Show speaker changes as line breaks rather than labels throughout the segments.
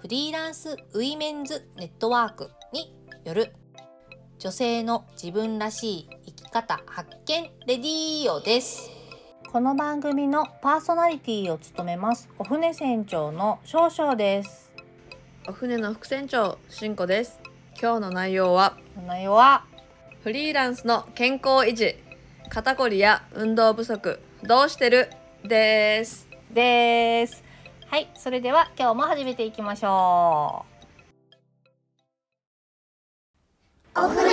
フリーランスウィメンズネットワークによる女性の自分らしい生き方発見レディオですこの番組のパーソナリティを務めますお船船長の少々です
お船の副船長しんこです今日の内容は
この世は
フリーランスの健康維持肩こりや運動不足どうしてるです
ですはいそれでは今日も始めていきましょうお船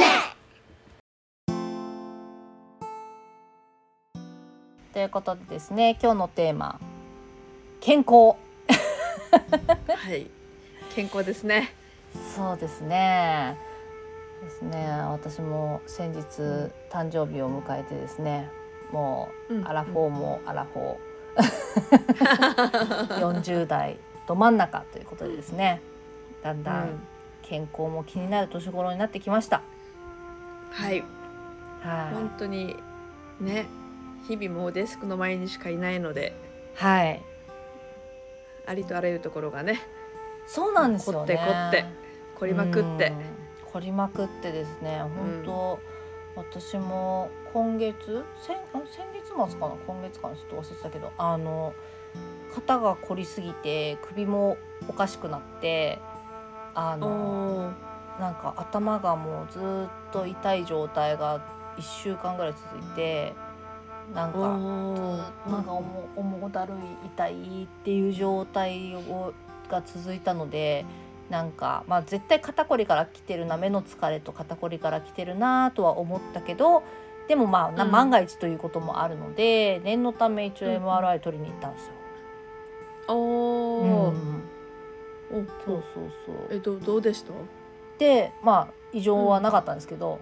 ということでですね今日のテーマ健康
はい健康ですね
そうですね。ですね。私も先日誕生日を迎えてですね。もうアラフォーもアラフォー、40代ど真ん中ということでですね。だん
う
だん
ん
健康も気になる年頃になってきました。
はい本
は
当にね日々もうデスクの前にしかいないので
い。はい。
ありとあらゆるところがね
そうなんですよね。
凝って凝って凝りまくって
うん凝りまくってですね本当、私も今月先あ先月末かな今月かなちょっと忘れてたけどあの肩が凝りすぎて首もおかしくなってあ
お
の
ー
なんか頭がもうずーっと痛い状態が1週間ぐらい続いてなんか
おー
なんか重重だるい痛いっていう状態をが続いたのでなんか、まあ、絶対肩こりから来てるな目の疲れと肩こりから来てるなとは思ったけどでもまあ、な
うん
万が一ということもあるので念のため一応
うんうん
MRI 取りに行ったんですよ。
お
う
ー
ん
お
そうそうそう
えどどうでした
でまあ異常はなかったんですけど、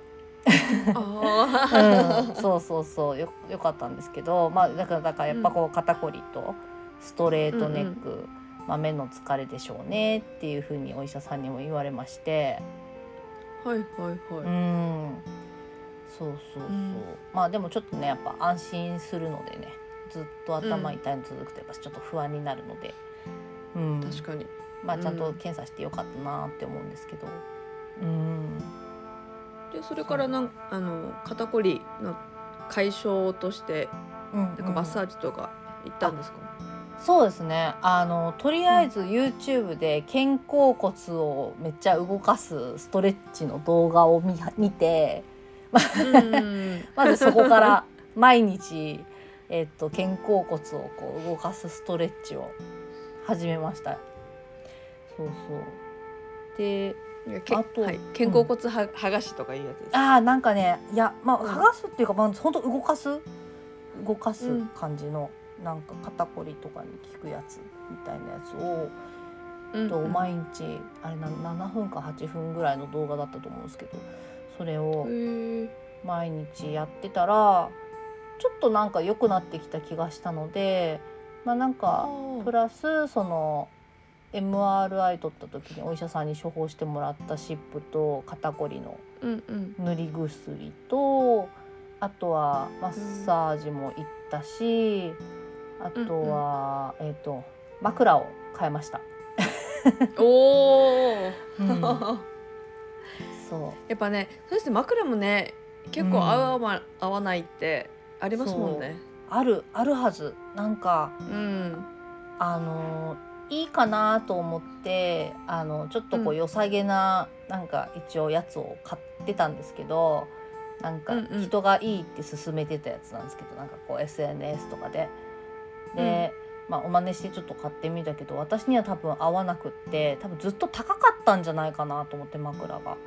ああ、
うん、そうそうそうよよかったんですけど、まあ、だからだからやっぱこう肩こりとストレートネック、まあ、目の疲れでしょうねっていうふうにお医者さんにも言われまして
はいはいうはい。
んそうそうそう、
うん
まあでもちょっとねやっぱ安心するのでねずっと頭痛いの続くとやっぱちょっと不安になるので、うん、
確かに。
まあちゃん
う
と
ん
検査してよかったなって思うんですけど。うん
でそれからなんあの肩こりの解消として
うん
なんかマッ
ージ
サージとか行ったんですか。
そうですねあのとりあえず YouTube で肩甲骨をめっちゃ動かすストレッチの動画を見見て
うん
まずそこから 毎日、えっと、肩甲骨をこう動かすストレッチを始めました。そうそうで
いやけ
あと
はい肩甲骨は剥がしとかいうやつです。
あーなんかねいやまあ
うん
剥がすっていうか、まあ、ほんと動かす動かす感じの、なんか肩こりとかに効くやつみたいなやつを。
うん
と毎日あれな7分か8分ぐらいの動画だったと思うんですけどそれを
へえ
毎日やってたらちょっとなんか良くなってきた気がしたのでまあなんか
ー
プラスその MRI 取った時にお医者さんに処方してもらった湿布と肩こりの
うんうん
塗り薬とあとはマッサージも行ったし、あとは、えっ、と枕を変えました。
おお。
そう
やっぱねそして枕もね結構合う合わ合わないってありますもんね。
あるあるはずなんか
うん
あのいいかなと思ってあのちょっとこ
う
うん良さげな、なんか一応やつを買ってたんですけどなんか
うんうん
人がいいって勧めてたやつなんですけどなんかこう SNS とかで。で、まあ、お真似してちょっと買ってみたけど私には多分合わなくって多分ずっと高かったんじゃないかなと思って枕が。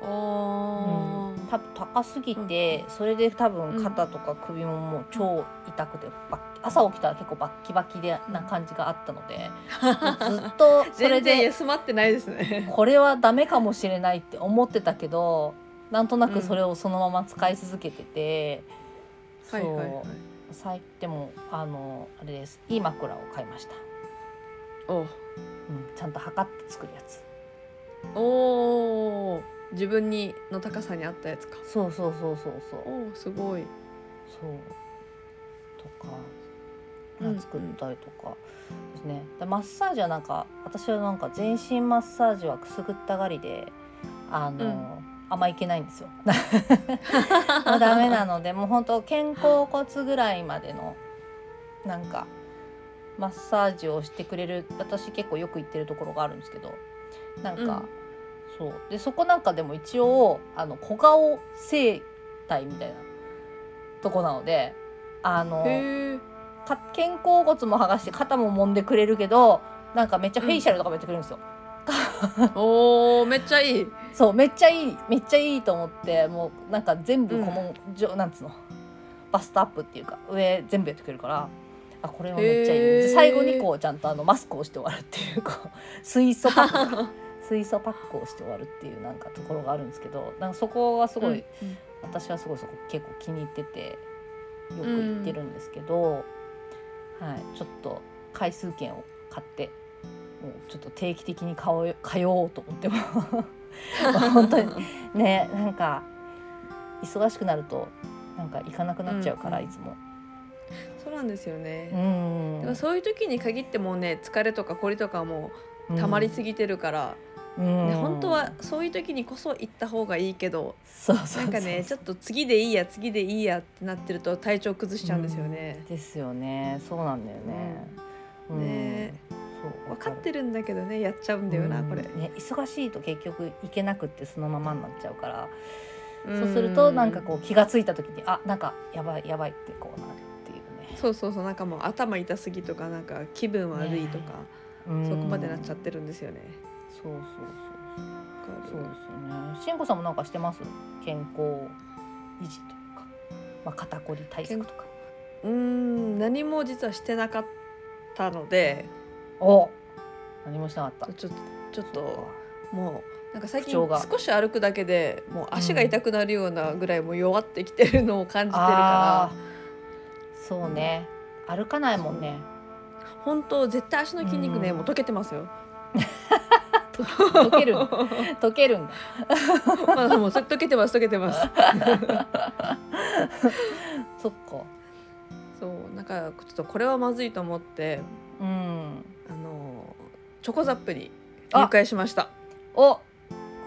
おお。
多分高すぎて、それで多分肩とか首ももう超痛くてバッ朝起きたら結構バッキバキでな感じがあったので、ずっとそれ
全然
で
休まってないですね。
これはダメかもしれないって思ってたけどなんとなくそれをそのまま使い続けてて、
はいはいはい
そ。う最でもあのあれですいい枕を買いました、
お
うん、ちゃんと測って作るやつ
おー自分にの高さに合ったやつか。
そうそうそうそうそう
おおすごい。
そうとか
うんうん
作ったりとかですね、でマッサージはなんか私はなんか全身マッサージはくすぐったがりであの、
うん
あんまいけないんですよ。もうダメなのでもう本当肩甲骨ぐらいまでのなんかマッサージをしてくれる私結構よく行ってるところがあるんですけどなんか、そうでそこなんかでも一応あの小顔整体みたいなとこなのであの
へえ。
か肩甲骨も剥がして肩も揉んでくれるけどなんかめっちゃフェイシャルとかもやってくれるんですよ。
おおめっちゃいい。
そうめっちゃいいめっちゃいいと思ってもうなんか全部この、じょなんつうのバストアップっていうか上全部やってくれるからあこれはめっちゃいい、
へー
で最後にこうちゃんとあのマスクをして終わるっていうこ う水素パック か水素パックをして終わるっていうなんかところがあるんですけどなんかそこはすごい、
うん
私はすごいそこ結構気に入っててよく行ってるんですけど、はい、ちょっと回数券を買ってもうちょっと定期的に通おう通おうと思っても 本当にねなんか忙しくなるとなんか行かなくなっちゃうから、
うん
いつも。
そうなんですよね。
うん
でもそういう時に限ってもうね疲れとか凝りとかもう溜まりすぎてるから、
うん
ね、本当はそういう時にこそ行った方がいいけど
そうそうそう
なんかねちょっと次でいいや次でいいやってなってると体調崩しちゃうんですよね。
ですよねそうなんだよね。うん
ね
そう
分かってるんだけどねやっちゃうんだよな、
うん
これ。
ね、忙しいと結局行けなくってそのままになっちゃうから、
ん
そうするとなんかこう気がついた時にあなんかやばいやばいってこうなるっていう
そうそうそうなんかもう頭痛すぎとかなんか気分悪いとか、
ね
そこまでなっちゃっ
うん
てるんですよね。
そうそう
わ
そう
か
そう
る
ですよねしんこさんもなんかしてます健康維持というか、まあ、肩こり対策とか
うーん何も実はしてなかったので
お何もしなかった
ちょっとちょっと
そ
もうなんか最
不
近
調が
少し歩くだけでもう足が痛くなるようなぐらいもう弱ってきてるのを感じてる
あ
か
ーそうね歩かないもんね
ら、本当絶対足の筋肉ね、
うん
もう溶けてますよ。
溶ける 溶けるんだ
まだもうそれ溶けてます溶けてます。
そっか
そうなんかちょっとこれはまずいと思って
うん
あのチョコザップに
あ
入会しました。
お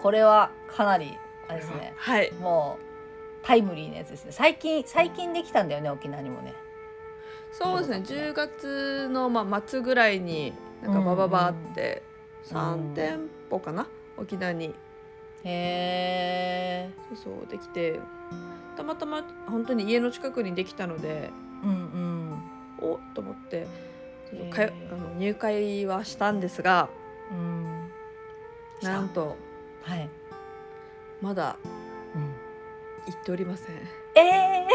これはかなりあれですね
はい。
もうタイムリーなやつですね最近最近できたんだよね沖縄にもね
そうですね。
チョ
10月のまあ末ぐらいになんかバババって
うんうん
3店舗かな、沖縄に
へえ
そうそうできてたまたま本当に家の近くにできたので
うん
おっと思って
へー
かよあの入会はしたんですが
うんうんした
なんと
はい、
まだ
うん、
行っておりません。
ええ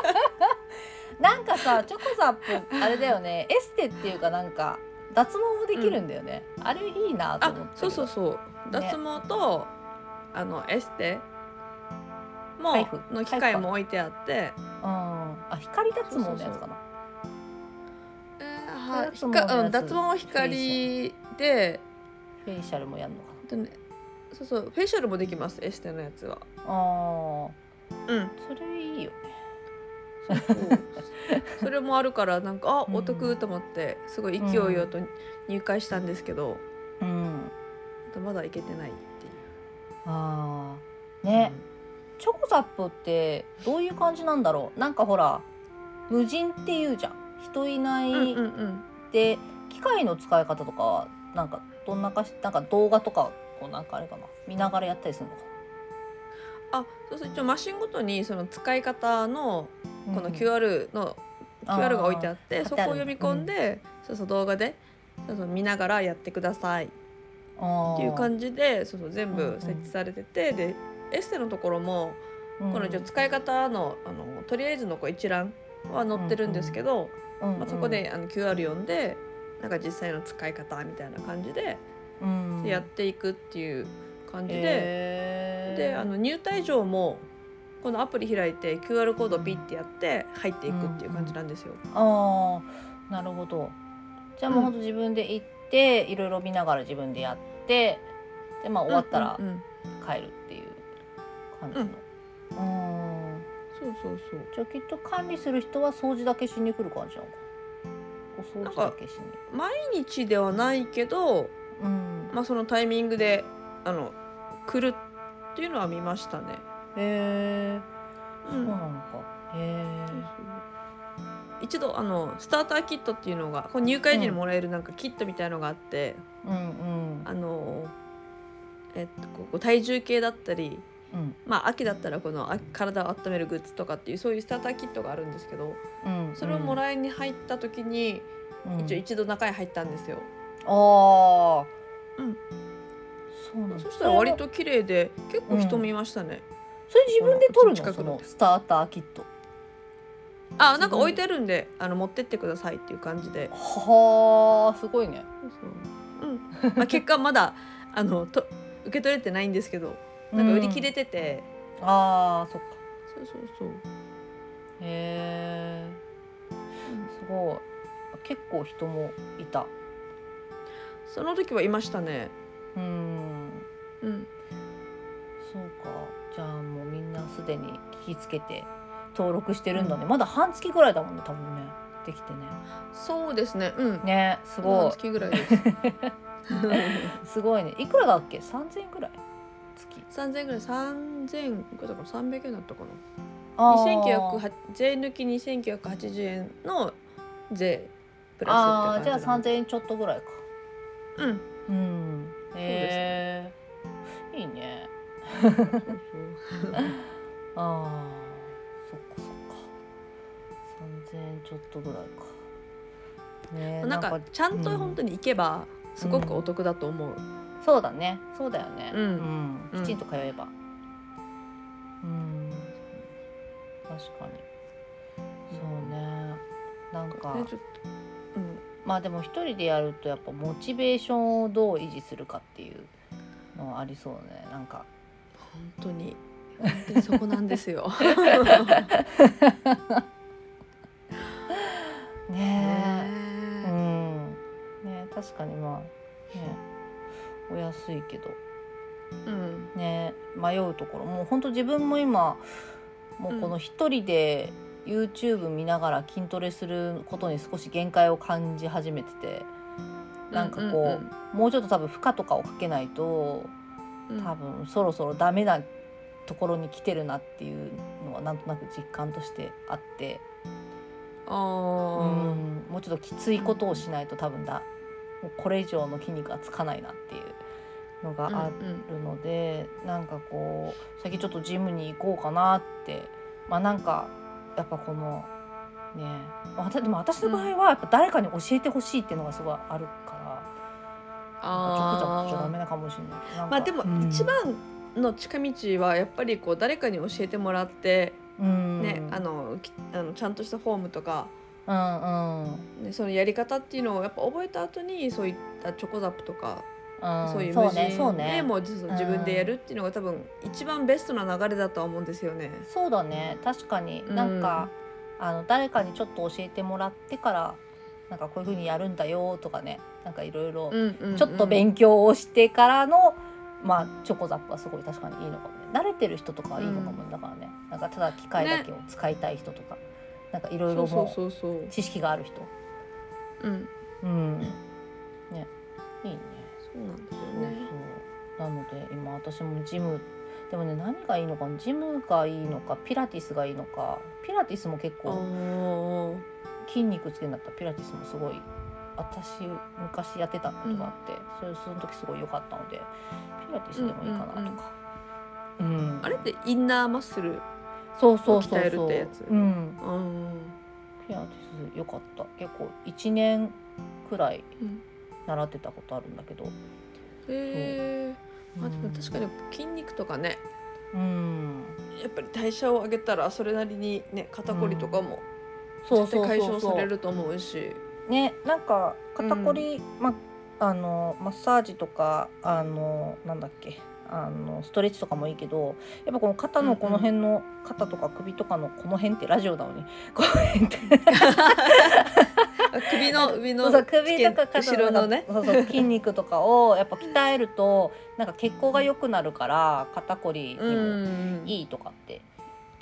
なんかさチョコザップあれだよねエステっていうかなんか脱毛もできるんだよね、あれいいなと思っ
あ
て
そうそうそう脱毛と、あのエステも
配布
の機械も置いてあって、
うんあ光脱毛のやつかな
えーは
脱毛
ひ
のやつ
かうん脱毛は光で
フェイシャルもやるのか
あとねそうそうフェイシャルもできますエステのやつは。
なあ
うん
ーそれいいよ
そうそうそれもあるからなんかあお得と思ってすごい勢いよと入会したんですけど、
うん
まだ行けてないっていう
ああね、チョコザップってどういう感じなんだろうなんかほら無人っていうじゃん人いな
うん、
い
うんうん
で、機械の使い方とかはなんかどんなかしなんか動画とかをなんかあれかな見ながらやったりするのか
あそうそう一応マシンごとにその使い方の
な
この QR の、
あー
QR が置いてあって
貼
そ
って
こを
ある
読み込んで、そうそう動画でそうそう見ながらやってくださいっ
って
いう感じでそうそう全
うんう
部
ん
設置されてて、でエステのところも
じ、うん
この一応使い方のあのとりあえずのこう一覧は載ってるんですけど、
うんうん
まあ、そこであの QR 読んでなんか実際の使い方みたいな感じで
うん
やっていくっていう感じで、
へー
であの入退場もこのアプリ開いて QR コードピッてやって入っていくっていう感じなんですよ。
ああなるほどじゃあもうほんと自分で行って、いろいろ見ながら自分でやってでまあ終わったら
うんうん
帰るっていう感じのうん
そうそうそう
じゃあきっと管理する人は掃除だけしに来る感じなのかお掃除だけしに
毎日ではないけど、
うん
まあ、そのタイミングであの来るっていうのは見ましたね。
へえ
う
そうんなのかへ
一度あのスターターキットっていうのがこう入会時にもらえるなんかキットみたいのがあって、
えうん
あのえっとこう体重計だったり、
うん
まあ、秋だったらこのあ体を温めるグッズとかっていうそういうスターターキットがあるんですけど
うんうん
それをも
え
らいに入った時に、一応一度中に入ったんですよ。
ああ
うん
そうなの
そしたら割と綺麗で結構人見ましたね。
それ自分で取る
この
の
近
そ
くの
のスターターキット
あなんか置いてあるんであの持ってってくださいっていう感じで。
はあすごいね
うんまあ、結果まだあのと受け取れてないんですけどなんか売り切れてて。
うんああそっか
そうそうそう。
へえすごい結構人もいた
その時はいましたね。
うん
うん。
そうかじゃあもうみんなすでに聞きつけて登録してるんだね、まだ半月ぐらいだもんね多分ねできてね
そうですね。うん。
ねすご
月ぐらい です。
いすごいねいくらだっけ3000円ぐらい月
三千ぐらい、三千だから三百円だったかな。
あ
二千九
ー
百税抜き二千九百八十円の税プ
あ
ラスっ
ー
て
じゃ
感
あ
じなん
3000
で。
円ちょっとぐらいか
うん。
うんへえいいね
そうそう
ああ、そっかそっか。三千円ちょっとぐらいか。ねえ、
なんかちゃんと本当に行けばすごくお得だと思う。
そうだね、そうだよね。
うん
うんきちんと通えば。うん、確かに。そうね。なんか、
ねちょっと。うん。
まあでも一人でやるとやっぱモチベーションをどう維持するかっていうのはありそうね。なんか。
本当に。本当にそこなんです よ。
ねえ。う
ね
ん。ねえ、確かにまあね、お安いけど。
うん。
ね迷うところもうほんと自分も今もうこの一人で YouTube 見ながら筋トレすることに少し限界を感じ始めててなんかこうもうちょっと多分負荷とかをかけないと
うん、うん
多分そろそろダメなところに来てるなっていうのはなんとなく実感としてあってう
あー
んもうちょっときついことをしないと多分だもうこれ以上の筋肉がつかないなっていうのがあっ
うん
るのでなんかこう先ちょっとジムに行こうかなってまあなんかやっぱこのねわたでも私の場合はやっぱ誰かに教えてほしいっていうのがすごいあるから、なんかちょっとじゃちょっとダメなかもしれないけどなんか
まあでも
うん
一番の近道はやっぱりこう誰かに教えてもらって、
うん
ねあのきあのちゃんとしたフォームとか、
うんうん
ね、そのやり方っていうのをやっぱ覚えた後にそういったチョコザップとか、
うん
そういう
そ
無
うねそう
人で
ね
もう自自分でやるっていうのが多分一番ベストな流れだとは思うんですよね。
そうだね確かになんか、あの誰かにちょっと教えてもらってからなんかこういうふうにやるんだよとかねなんかいろいろ
うんうんうん
ちょっと勉強をしてからの、まあ、チョコザップはすごい確かにいいのかもね慣れてる人とかはいいのかもね、だからねなんかただ機械だけを使いたい人とか、なんかいろいろ
そう
もう
そうそうそう。
知識がある人
うん、
うんねいいね
そうなんですよ
そう
ね。
そうなので今私もジムでもね何がいいのかなジムがいいのかピラティスがいいのかピラティスも結
あ
構
ー
筋肉つけになったピラティスもすごい私昔やってたことがあって、それその時すごい良かったのでピラティスでもいいかなとか、うん
あれってインナーマッスル。
そうそうそ
鍛え
う
る
そ
っ
う
てやつ
うん、
あー
ピラティス良かった結構1年くらい
うん
習ってたことあるんだけど、
へえ。まあ、で
う
も
ん
確かに筋肉とかね
うん
やっぱり代謝を上げたらそれなりにね肩こりとかも
そう
絶
そう
対解
そう
消さ
そ
れ
う
ると思うし
ねなんか肩こり、まあのマッサージとかあのなんだっけあのストレッチとかもいいけどやっぱこの肩のこの辺の、肩とか首とかのこの辺ってラジオだのに この辺って
あ首の首の
そう首とか
付け
肩
後ろのね
そうそう筋肉とかをやっぱ鍛えるとなんか血行が良くなるから肩こりに
う
も
ん
いいとかって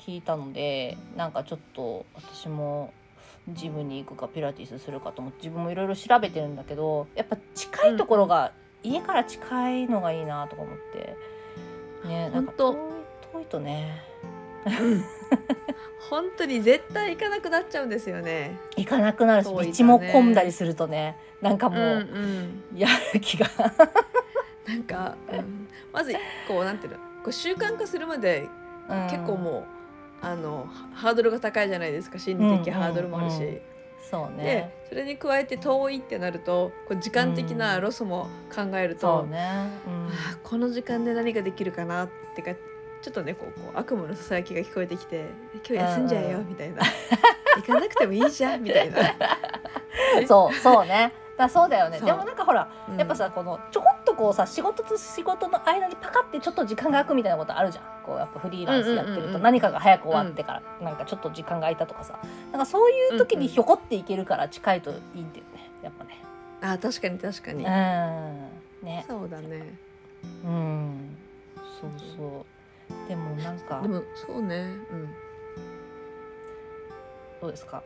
聞いたのでなんかちょっと私もジムに行くかピラティスするかと思って自分もいろいろ調べてるんだけどやっぱ近いところが、家から近いのがいいなとか思ってねなんか
ほ
遠
ん
い遠いとね
本当に絶対行かなくなっちゃうんですよね。
行かなくなるし、
遠いとね
道も混んだりするとねなんかも
ん
う
うん
やる気が、
なんか、うんまずこうなんていうのこう習慣化するまで
うん
結構もう、あのハードルが高いじゃないですか心理的ハードルもあるし、
うんうんうんそう
で
ね
それに加えて遠いってなるとこう時間的なロスも考えると、
そうね、うん
あーこの時間で何ができるかなってかちょっとねこうこう悪夢のささやきが聞こえてきて「今日休んじゃえ
うん
よ
う」
みたいな「行かなくてもいいじゃん」みた いな。
そうそうねだそうだよね
そう
でもなんかほら
うん
やっぱさこのちょこっとこうさ仕事と仕事の間にパカってちょっと時間が空くみたいなことあるじゃんこうやっぱフリーランスやって
うんう
る
んうんう
と
ん
何かが早く終わってから、なんかちょっと時間が空いたとかさなんかそういう時にひょこっていけるから近いといいんだよねやっぱ
あー確かに確かに、
ねうんね
そうだね
うんそうそうでもなんか
でもそうね うん
どうですか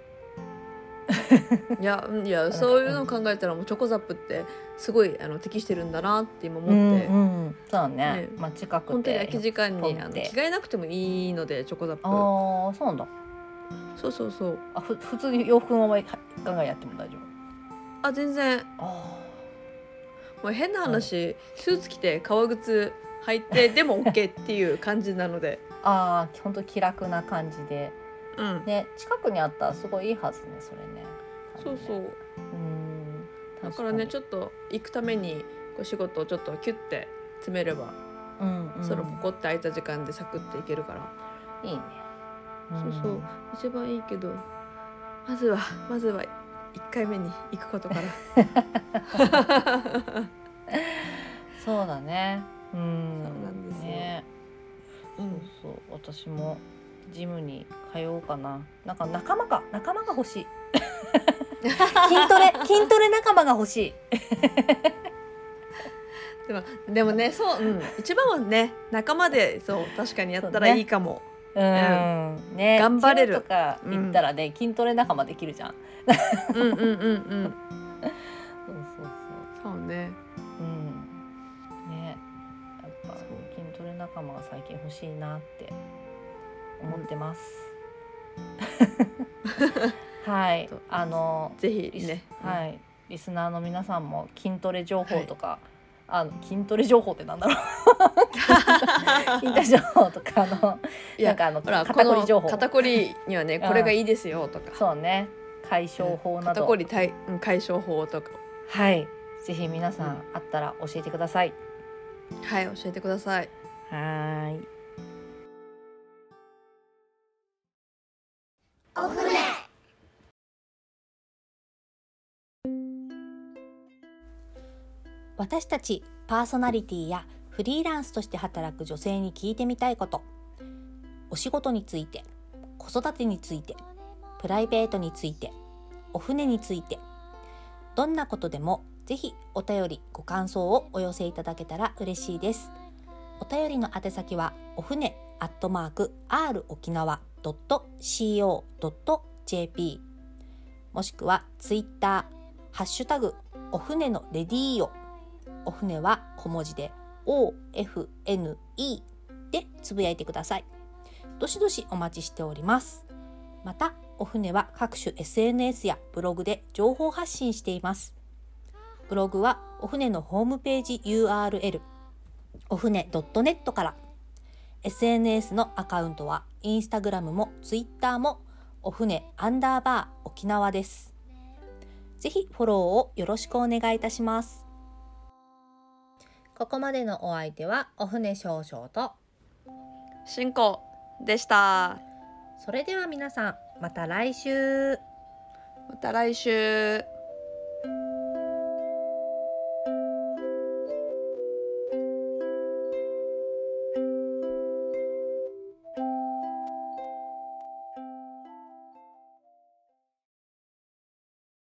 いやうんいやそういうのを考えたらもうチョコザップってすごいあの適してるんだなって今思って、
うんうん、そうだね
ね
まあ近くて
本当に空き時間
ポンっ
に
て
あの着替えなくてもいいのでチョコザッ
あ
プ
ーそうなんだ
そうそうそう
あふ普通に洋服のままガンガンやっても大丈夫
あ全然
あ
もう変な話、スーツ着て革靴履 いてでも OK っていう感じなので
ーあーほんと気楽な感じで
うん
ね近くにあったらすごいいいはずねそれね
そうそうう
うん
だからねち
ょっ
ょっと行くためにこう仕事をちょっとキュッて詰めれば、
と、うんうん、
そのポコって空いた時間でサクッていけるから
いいね
そうそうん一番いいけどまずはまずは一回目に行くことから
そうだねうん
そうなんですよ
ね
う
そうんそう私もジムに通おうかななんか仲間か仲間が欲 しい筋トレ筋トレ仲間が欲しい
でもでもねそう、うん、一番はね仲間でそう確かにやったらいいかも、
うん、ね
頑張れ
ジ
る
ムとか行ったらね、筋トレ仲間できるじゃん
うんうんうんうん
そうそうそう
そうね
うんねやっぱ
そう
筋トレ仲間が最近欲しいなって思って ます。はい
そう、
あの、
ぜひ
リス
ね、
はい、リスナーの皆さんも筋トレ情報とか、あの筋トレ情報ってなんだろう、筋トレ情報とかあの、
い
なん
や
かあの
ほら
肩こり情
こ
報
の、肩こりにはねこれがいいですよとか、
そうね、解消法な
肩
ど、
こり対うん解消法とか
はい、ぜひ皆さん、あったら教えてください。
はい教えてください
はーい。
おふね私たちパーソナリティやフリーランスとして働く女性に聞いてみたいことお仕事について子育てについてプライベートについてお船についてどんなことでもぜひお便りご感想をお寄せいただけたら嬉しいですお便りの宛先はお船アットマーク r 沖縄 .co.jp もしくはツイッターハッシュタグお船のレディーよお船は小文字で OFNE でつぶやいてくださいどしどしお待ちしておりますまたお船は各種 SNS やブログで情報発信していますブログはお船のホームページ URL お船 .net から SNS のアカウントはインスタグラムもツイッターもお船アンダーバー沖縄ですぜひフォローをよろしくお願いいたしますここまでのお相手はお船少々と
進行でした
それでは皆さんまた来週
また来週。